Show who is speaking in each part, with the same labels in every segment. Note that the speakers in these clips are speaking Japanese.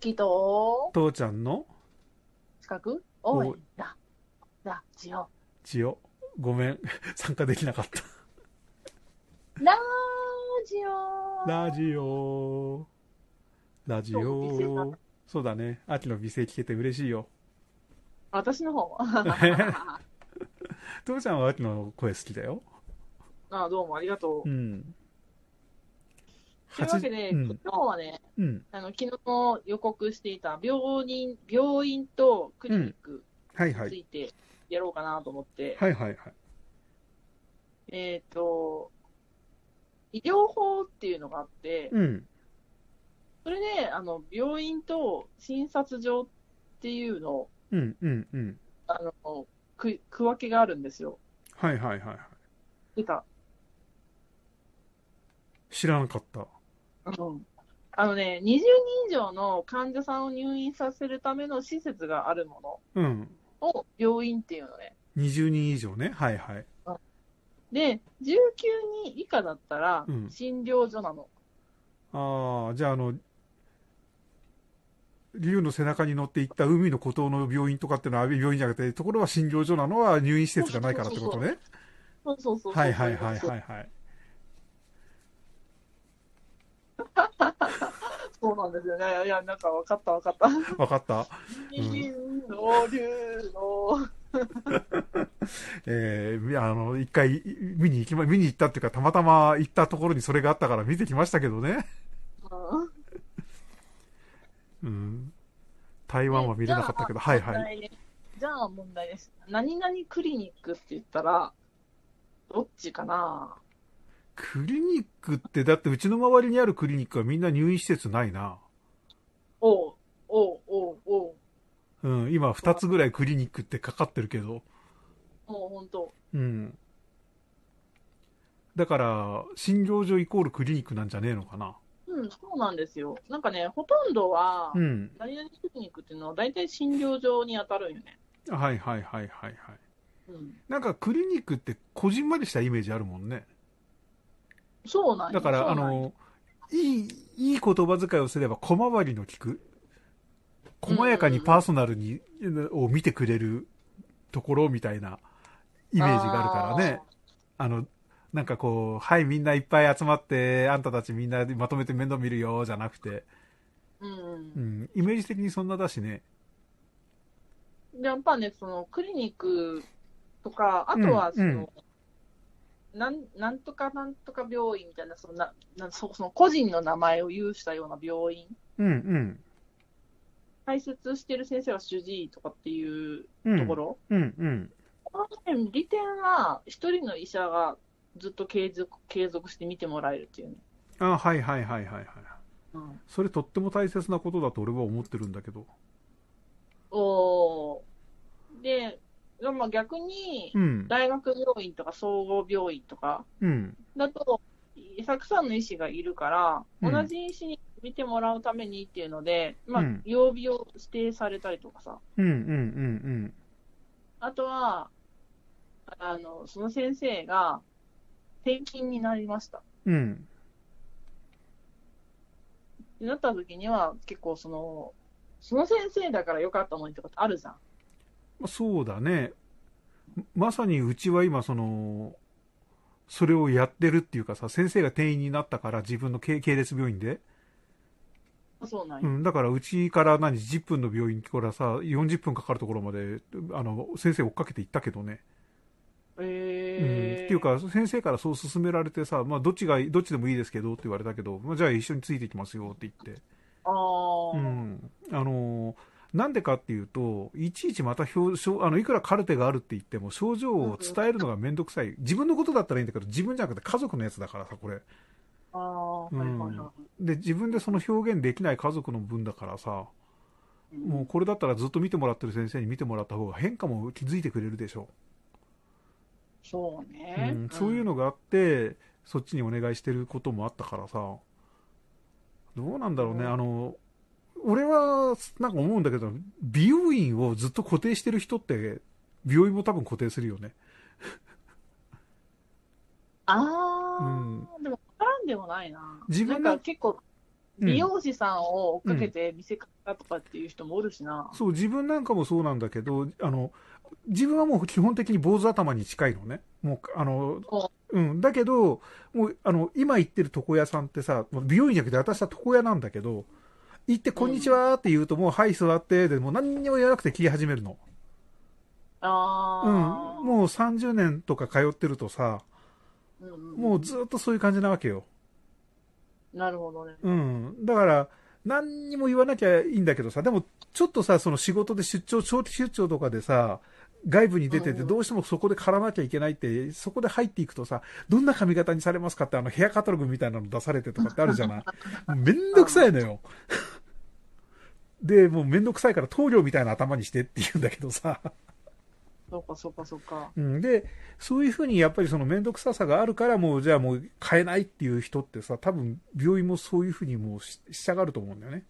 Speaker 1: きと
Speaker 2: 父ちゃんの
Speaker 1: 近く応援ララジオ
Speaker 2: ジオごめん 参加できなかった
Speaker 1: ラジオ
Speaker 2: ラジオラジ
Speaker 1: そう美声だ
Speaker 2: オそうだね秋の美声聞けて嬉しいよ
Speaker 1: 私の方
Speaker 2: 父ちゃんは秋の声好きだよ
Speaker 1: あどうもありがとう
Speaker 2: う。ん
Speaker 1: というわけで、
Speaker 2: う
Speaker 1: 今
Speaker 2: ん
Speaker 1: 日はね、
Speaker 2: うん
Speaker 1: あの昨日予告していた病人病院とクリニック
Speaker 2: はいは
Speaker 1: につ
Speaker 2: い
Speaker 1: いてやろうかなと思って、
Speaker 2: はいはいはい
Speaker 1: えっ、と、医療法っていうのがあって、
Speaker 2: うん
Speaker 1: それであの病院と診察所っていうのを
Speaker 2: うんうんうん
Speaker 1: あのく区分けがあるんですよ。
Speaker 2: はいはいはいはい
Speaker 1: てか、
Speaker 2: 知らなかった
Speaker 1: うんあのね、20人以上の患者さんを入院させるための施設があるも
Speaker 2: うん
Speaker 1: のを病院っていうのね。
Speaker 2: 20人以上ねはいはい
Speaker 1: で、19人以下だったら
Speaker 2: うん
Speaker 1: 診療所なの。
Speaker 2: ああじゃああの竜の背中に乗って行った海の孤島の病院とかってのは病院じゃなくてところは診療所なのは入院施設がないからってことね
Speaker 1: そうそうそうそう。
Speaker 2: はいはいはい
Speaker 1: そう
Speaker 2: はいはい
Speaker 1: そうなんですよね。いや、なんか分かった分かった。
Speaker 2: わかった
Speaker 1: 人の竜の。
Speaker 2: えー、あの一回見に行きま見に行ったっていうかたまたま行ったところにそれがあったから見てきましたけどね
Speaker 1: うん
Speaker 2: うん台湾は見れなかったけどはいはい。
Speaker 1: じゃあ問題ですじゃあ問題です。何々クリニックって言ったら、どっちかな
Speaker 2: クリニックってだってうちの周りにあるクリニックはみんな入院施設ないな
Speaker 1: おう、おう、おう、おう、
Speaker 2: うん今2つぐらいクリニックってかかってるけど
Speaker 1: もう本当。
Speaker 2: うん。だから、診療所イコールクリニックなんじゃねえのかな。
Speaker 1: うん、そうなんですよ。なんかね、ほとんどは、
Speaker 2: うん。
Speaker 1: 何々クリニックっていうのは大体診療所に当たるんよね。
Speaker 2: はいはいはいはいはい。
Speaker 1: うん、
Speaker 2: なんかクリニックってこじんまりしたイメージあるもんね。
Speaker 1: そうなんよ
Speaker 2: だから、
Speaker 1: そ
Speaker 2: あ
Speaker 1: うなんよ
Speaker 2: の、いい、いい言葉遣いをすれば小回りの利く、細やかにパーソナルに、を見てくれるところみたいなイメージがあるからね。あの、なんかこう、はいみんないっぱい集まって、あんたたちみんなでまとめて面倒見るよ、じゃなくて、
Speaker 1: あー。う
Speaker 2: うんん、イメージ的にそんなだしね。
Speaker 1: うん、でやっぱね、そのクリニックとか、あとはその、なんなんとかなんとか病院みたいな、そのななそその個人の名前を有したような病院、
Speaker 2: うん
Speaker 1: 開設してる先生は主治医とかっていう
Speaker 2: うん。うん
Speaker 1: とこ。ろ、
Speaker 2: うんうん。
Speaker 1: この辺、利点は一人の医者がずっと継続継続して見てもらえるっていうね。
Speaker 2: あはいはいはいはいはい。
Speaker 1: うん、
Speaker 2: それとっても大切なことだと俺は思ってるんだけど。
Speaker 1: おーで、まあ、逆に
Speaker 2: う、ん。
Speaker 1: 大学病院とか総合病院とか
Speaker 2: うん。
Speaker 1: だと、たくさんの医師がいるから、
Speaker 2: うん
Speaker 1: 同じ医師に見てもらうためにっていうので、まあ
Speaker 2: うん、
Speaker 1: 曜日を指定されたりとかさ、
Speaker 2: うんうんうん
Speaker 1: あとは、あの、その先生が転勤になりました。
Speaker 2: うん。うん。
Speaker 1: ってなった時には、結構その、その先生だから良かったのにとかってあるじゃん。
Speaker 2: まあそうだね。まさにうちは今その、それをやってるっていうかさ、先生が定員になったから自分の系系列病院で。
Speaker 1: そうなん
Speaker 2: う
Speaker 1: よ。
Speaker 2: ん。だからうちから何、10分の病院からさ、40分かかるところまで、あの、先生追っかけて行ったけどね。うん
Speaker 1: えー
Speaker 2: っていう、か先生からそう勧められてさ、まあ、どっちがどっちでもいいですけどって言われたけど、まあ、じゃあ一緒についていきますよって言って、
Speaker 1: あー、
Speaker 2: うんあのーなんでかっていうといちいちまた表症あのいくらカルテがあるって言っても症状を伝えるのが面倒くさい自分のことだったらいいんだけど自分じゃなくて家族のやつだからさこれ
Speaker 1: あー、はいはいはい。
Speaker 2: で自分でその表現できない家族の分だからさ
Speaker 1: うん
Speaker 2: もうこれだったらずっと見てもらってる先生に見てもらった方が変化も気づいてくれるでしょ
Speaker 1: そう
Speaker 2: う、
Speaker 1: ね、
Speaker 2: うん、そういうのがあってそっちにお願いしてることもあったからさどうなんだろうね、
Speaker 1: うん
Speaker 2: あの俺はなんか思うんだけど美容院をずっと固定してる人って病院も多分固定するよね
Speaker 1: ああ、でも、絡んでもないな。
Speaker 2: 自分の
Speaker 1: なんか結構、
Speaker 2: うん
Speaker 1: 美容師さんを追っかけて見せ方とかっていう人もおるしな。
Speaker 2: そう、自分なんかもそうなんだけど、あの、自分はもう基本的に坊主頭に近いのね。もう、あの
Speaker 1: そ、
Speaker 2: うん。だけど、もう、あの、今行ってる床屋さんってさ、もう美容院じゃなくて私は床屋なんだけど、行って、こんにちはって言うと、もう、はい、座って、で、もう何にも言わなくて切り始めるの。うん。
Speaker 1: ああ。
Speaker 2: もう30年とか通ってるとさ、
Speaker 1: うんうん
Speaker 2: もうずっとそういう感じなわけよ。
Speaker 1: なるほどね。
Speaker 2: うん。だから、何にも言わなきゃいいんだけどさ、でも、ちょっとさ、その仕事で出張、長期出張とかでさ、外部に出て
Speaker 1: うん
Speaker 2: て、
Speaker 1: うん
Speaker 2: どうしてもそこで絡まなきゃいけないって、そこで入っていくとさ、どんな髪型にされますかって、あの、ヘアカタログみたいなの出されてとかってあるじ ゃないめんどくさいのよ。で、もうめんどくさいから、棟梁みたいな頭にしてって言うんだけどさ。
Speaker 1: そうかそうかそうか。
Speaker 2: うん、で、そういうふうにやっぱりその面倒くささがあるから、もうじゃあもう変えないっていう人ってさ、多分病院もそういうふうにもうし従うと思うんだよね。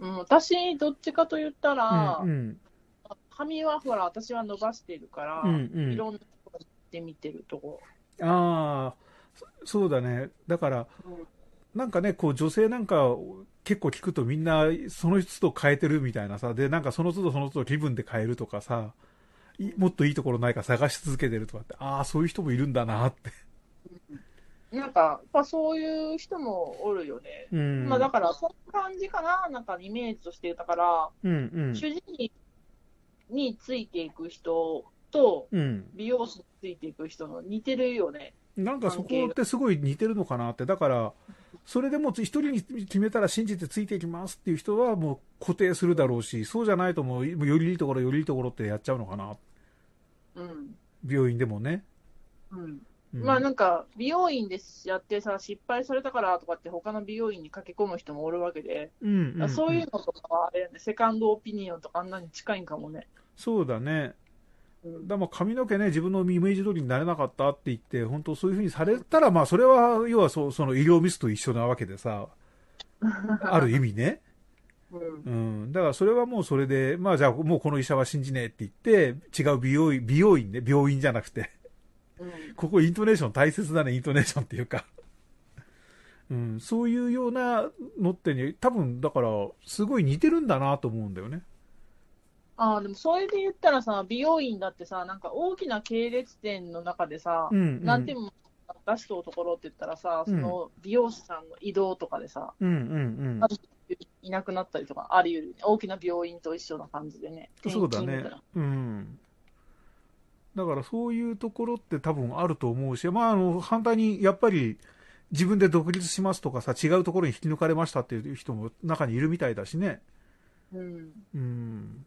Speaker 1: うん、私、どっちかと言ったら、
Speaker 2: うん、うん、
Speaker 1: 髪はほら、私は伸ばしてるから、
Speaker 2: うん、う
Speaker 1: い
Speaker 2: ん。
Speaker 1: ろんなとこ行って見てるとこ。
Speaker 2: ああ、そそうだね。だから、
Speaker 1: うん
Speaker 2: なんかね、こう女性なんか結構聞くとみんなその都度変えてるみたいなさ、で、なんかその都度その都度気分で変えるとかさ、いもっといいところないか探し続けてるとかって、ああ、そういう人もいるんだなって。
Speaker 1: なんか、やっぱそういう人もおるよね。
Speaker 2: うん。
Speaker 1: まあだから、そんな感じかな、なんかイメージとして、だから、
Speaker 2: うん、うん。
Speaker 1: 主治医についていく人と、
Speaker 2: うん。
Speaker 1: 美容師についていく人の似てるよね。
Speaker 2: なんかそこってすごい似てるのかなって、だから、それでもう一人に決めたら信じてついていきますっていう人はもう固定するだろうし、そうじゃないともうよりいいところ、よりいいところってやっちゃうのかな、
Speaker 1: うん。
Speaker 2: 病院でもね。
Speaker 1: うん。
Speaker 2: うん
Speaker 1: まあなんか、美容院でやってさ、失敗されたからとかって、他の美容院に駆け込む人もおるわけで、
Speaker 2: うんうんうん
Speaker 1: そういうのとかはあれやね、セカンドオピニオンとかあんなに近いんかもね。
Speaker 2: そうだね、
Speaker 1: うん
Speaker 2: だまあ髪の毛ね、自分のイメージ通りになれなかったって言って、本当、そういうふうにされたら、まあそれは要はそうその医療ミスと一緒なわけ でさ、ある意味ね。
Speaker 1: うん
Speaker 2: うん、だからそれはもうそれで、まあじゃあもうこの医者は信じねえって言って、違う美容院、美容院ね、病院じゃなくて、
Speaker 1: うん
Speaker 2: ここイントネーション大切だね、イントネーションっていうか。うん、そういうようなのってね、多分だから、すごい似てるんだなと思うんだよね。
Speaker 1: ああ、でもそれで言ったらさ、美容院だってさ、なんか大きな系列店の中でさ、
Speaker 2: うん、うん。
Speaker 1: なんても出しとうところって言ったらさ、その美容師さんの移動とかでさ、
Speaker 2: うん、うん、
Speaker 1: いなくなったりとか、あり得るよね、大きな病院と一緒な感じでね。
Speaker 2: うん。そうだ
Speaker 1: 転
Speaker 2: ね
Speaker 1: 勤みたいな。
Speaker 2: うん。だからそういうところって多分あると思うし、まああの、反対にやっぱり自分で独立しますとかさ、違うところに引き抜かれましたっていう人も中にいるみたいだしね。
Speaker 1: うん。
Speaker 2: うん。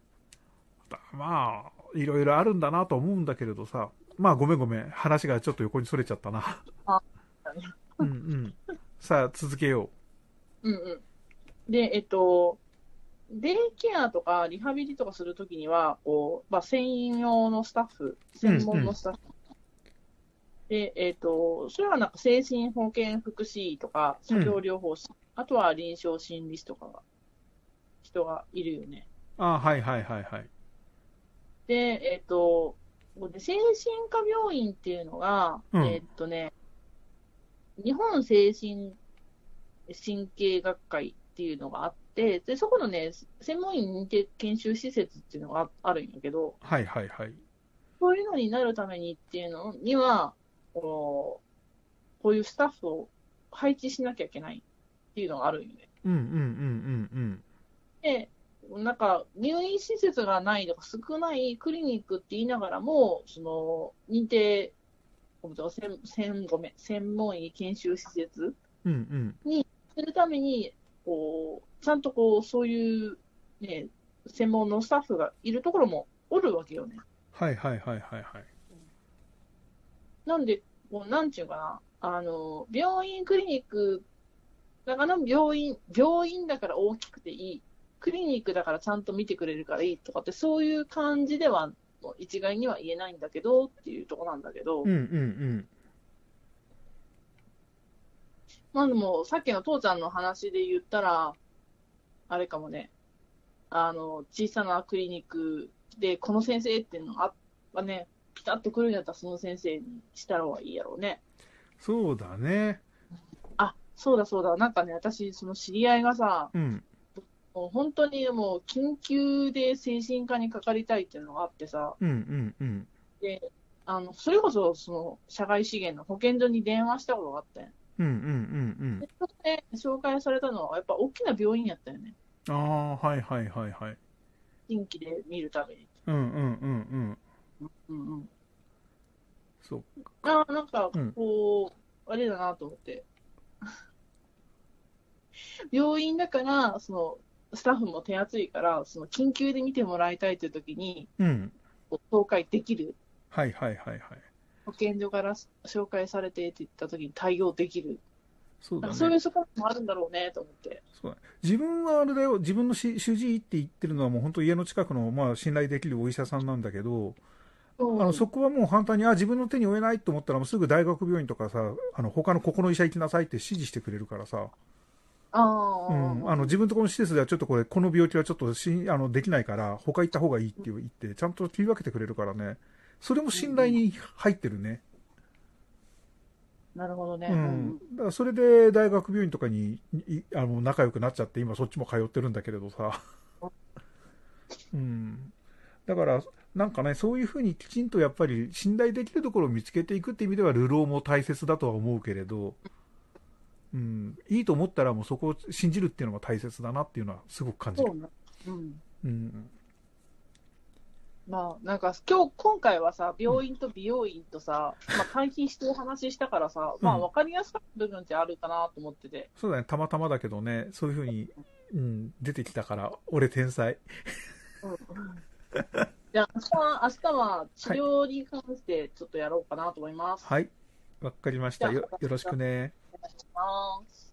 Speaker 2: だまあ、いろいろあるんだなと思うんだけれどさ。まあ、ごめんごめん。話がちょっと横にそれちゃったな。
Speaker 1: あ
Speaker 2: うんうん。さあ、続けよ
Speaker 1: うんうん。で、えっと、デイケアとかリハビリとかするときには、こう、まあ、専用のスタッフ、専門のスタッフ。で、えっと、それはなんか精神保健福祉とか、作業療法士、あとは臨床心理士とかが、人がいるよね。
Speaker 2: う。あはいはいはいはい。
Speaker 1: で、えっと、で精神科病院っていうのが、
Speaker 2: うん
Speaker 1: えっとね、日本精神神経学会っていうのがあって、でそこのね、専門医認定研修施設っていうのがああるんやけど、
Speaker 2: はいはいはい。
Speaker 1: そういうのになるためにっていうのには、こうこういうスタッフを配置しなきゃいけないっていうのがあるんよね。
Speaker 2: うんうんうんうんうん。
Speaker 1: で、なんか入院施設がないとか少ないクリニックって言いながらも、その認定、ごめんなさい専専ごめん専門医研修施設
Speaker 2: うんうん。
Speaker 1: するためにこう、ちゃんとこうそういう、ね、専門のスタッフがいるところもおるわけよね。
Speaker 2: はいはいはいはいはい。
Speaker 1: なんで、こうなんちゅうかな、あの病院、クリニックだから病院、病院だから大きくていい、クリニックだからちゃんと見てくれるからいいとかって、そういう感じではもう一概には言えないんだけどっていうとこなんだけど、
Speaker 2: うんうん
Speaker 1: まあでも、さっきの父ちゃんの話で言ったら、あれかもね、あの小さなクリニックで、この先生っていうのがあね、ピタッとくるんやったら、その先生にしたらはいいやろうね。
Speaker 2: そうだね。
Speaker 1: そうだそうだ、なんかね、私、その知り合いがさ、
Speaker 2: うん。
Speaker 1: もう本当にもう緊急で精神科にかかりたいっていうのがあってさ、
Speaker 2: うん。うん。うん。
Speaker 1: で、あの、それこそ、その、社外資源の保健所に電話したことがあったんよ
Speaker 2: うん。うん。うん。
Speaker 1: で、そこで紹介されたのは、やっぱ大きな病院やったよね。
Speaker 2: うん。ああ、はいはいはいはい。
Speaker 1: 新規で見るために。
Speaker 2: うん。うん。うん。うん。
Speaker 1: うんうん。
Speaker 2: そう。
Speaker 1: ああ、なんか
Speaker 2: うん、
Speaker 1: こう、あれだなと思って。 病院だから、その、スタッフも手厚いから、その、緊急で見てもらいたいという時に、
Speaker 2: うん。
Speaker 1: こう紹介できる。
Speaker 2: はいはいはいはい。
Speaker 1: 保健所から紹介されてって言った時に対応できる。
Speaker 2: そう
Speaker 1: なんか
Speaker 2: だね。
Speaker 1: そういうところもあるんだろうね、と思って。
Speaker 2: そうだ自分はあれだよ、自分のし主治医って言ってるのはもう本当家の近くの、まあ信頼できるお医者さんなんだけど、あの、そこはもう反対に、あ、自分の手に負えないと思ったらもうすぐ大学病院とかさ、あの、他のここの医者行きなさいって指示してくれるからさ、
Speaker 1: あ
Speaker 2: う
Speaker 1: あ、
Speaker 2: ん、あの、自分とこの施設ではちょっとこれ、この病気はちょっとし、あの、できないから、他行った方がいいって言って、ちゃんと切り分けてくれるからね、それも信頼に入ってるね。
Speaker 1: なるほどね。
Speaker 2: う
Speaker 1: うんん、
Speaker 2: だからそれで大学病院とかにいあの仲良くなっちゃって、今そっちも通ってるんだけれどさ。うん、だから、なんかね、そういうふうにきちんとやっぱり信頼できるところを見つけていくって意味では、流浪も大切だとは思うけれど、うん、いいと思ったらもうそこを信じるっていうのが大切だなっていうのはすごく感じ
Speaker 1: そ
Speaker 2: る。
Speaker 1: うな。うん。
Speaker 2: うん、
Speaker 1: まあ、なんか、今日、今回はさ、病院と美容院とさ、まあ、対比してお話ししたからさ、
Speaker 2: うん
Speaker 1: まあ、わかりやすかった部分ってあるかなと思ってて。
Speaker 2: そうだね、たまたまだけどね、そういうふうに、うん、出てきたから、俺天才。
Speaker 1: うん。じゃあ、明日は、明日は治療に関してちょっとやろうかなと思います。
Speaker 2: はい、わかりました。よよろしくね。
Speaker 1: お願いします。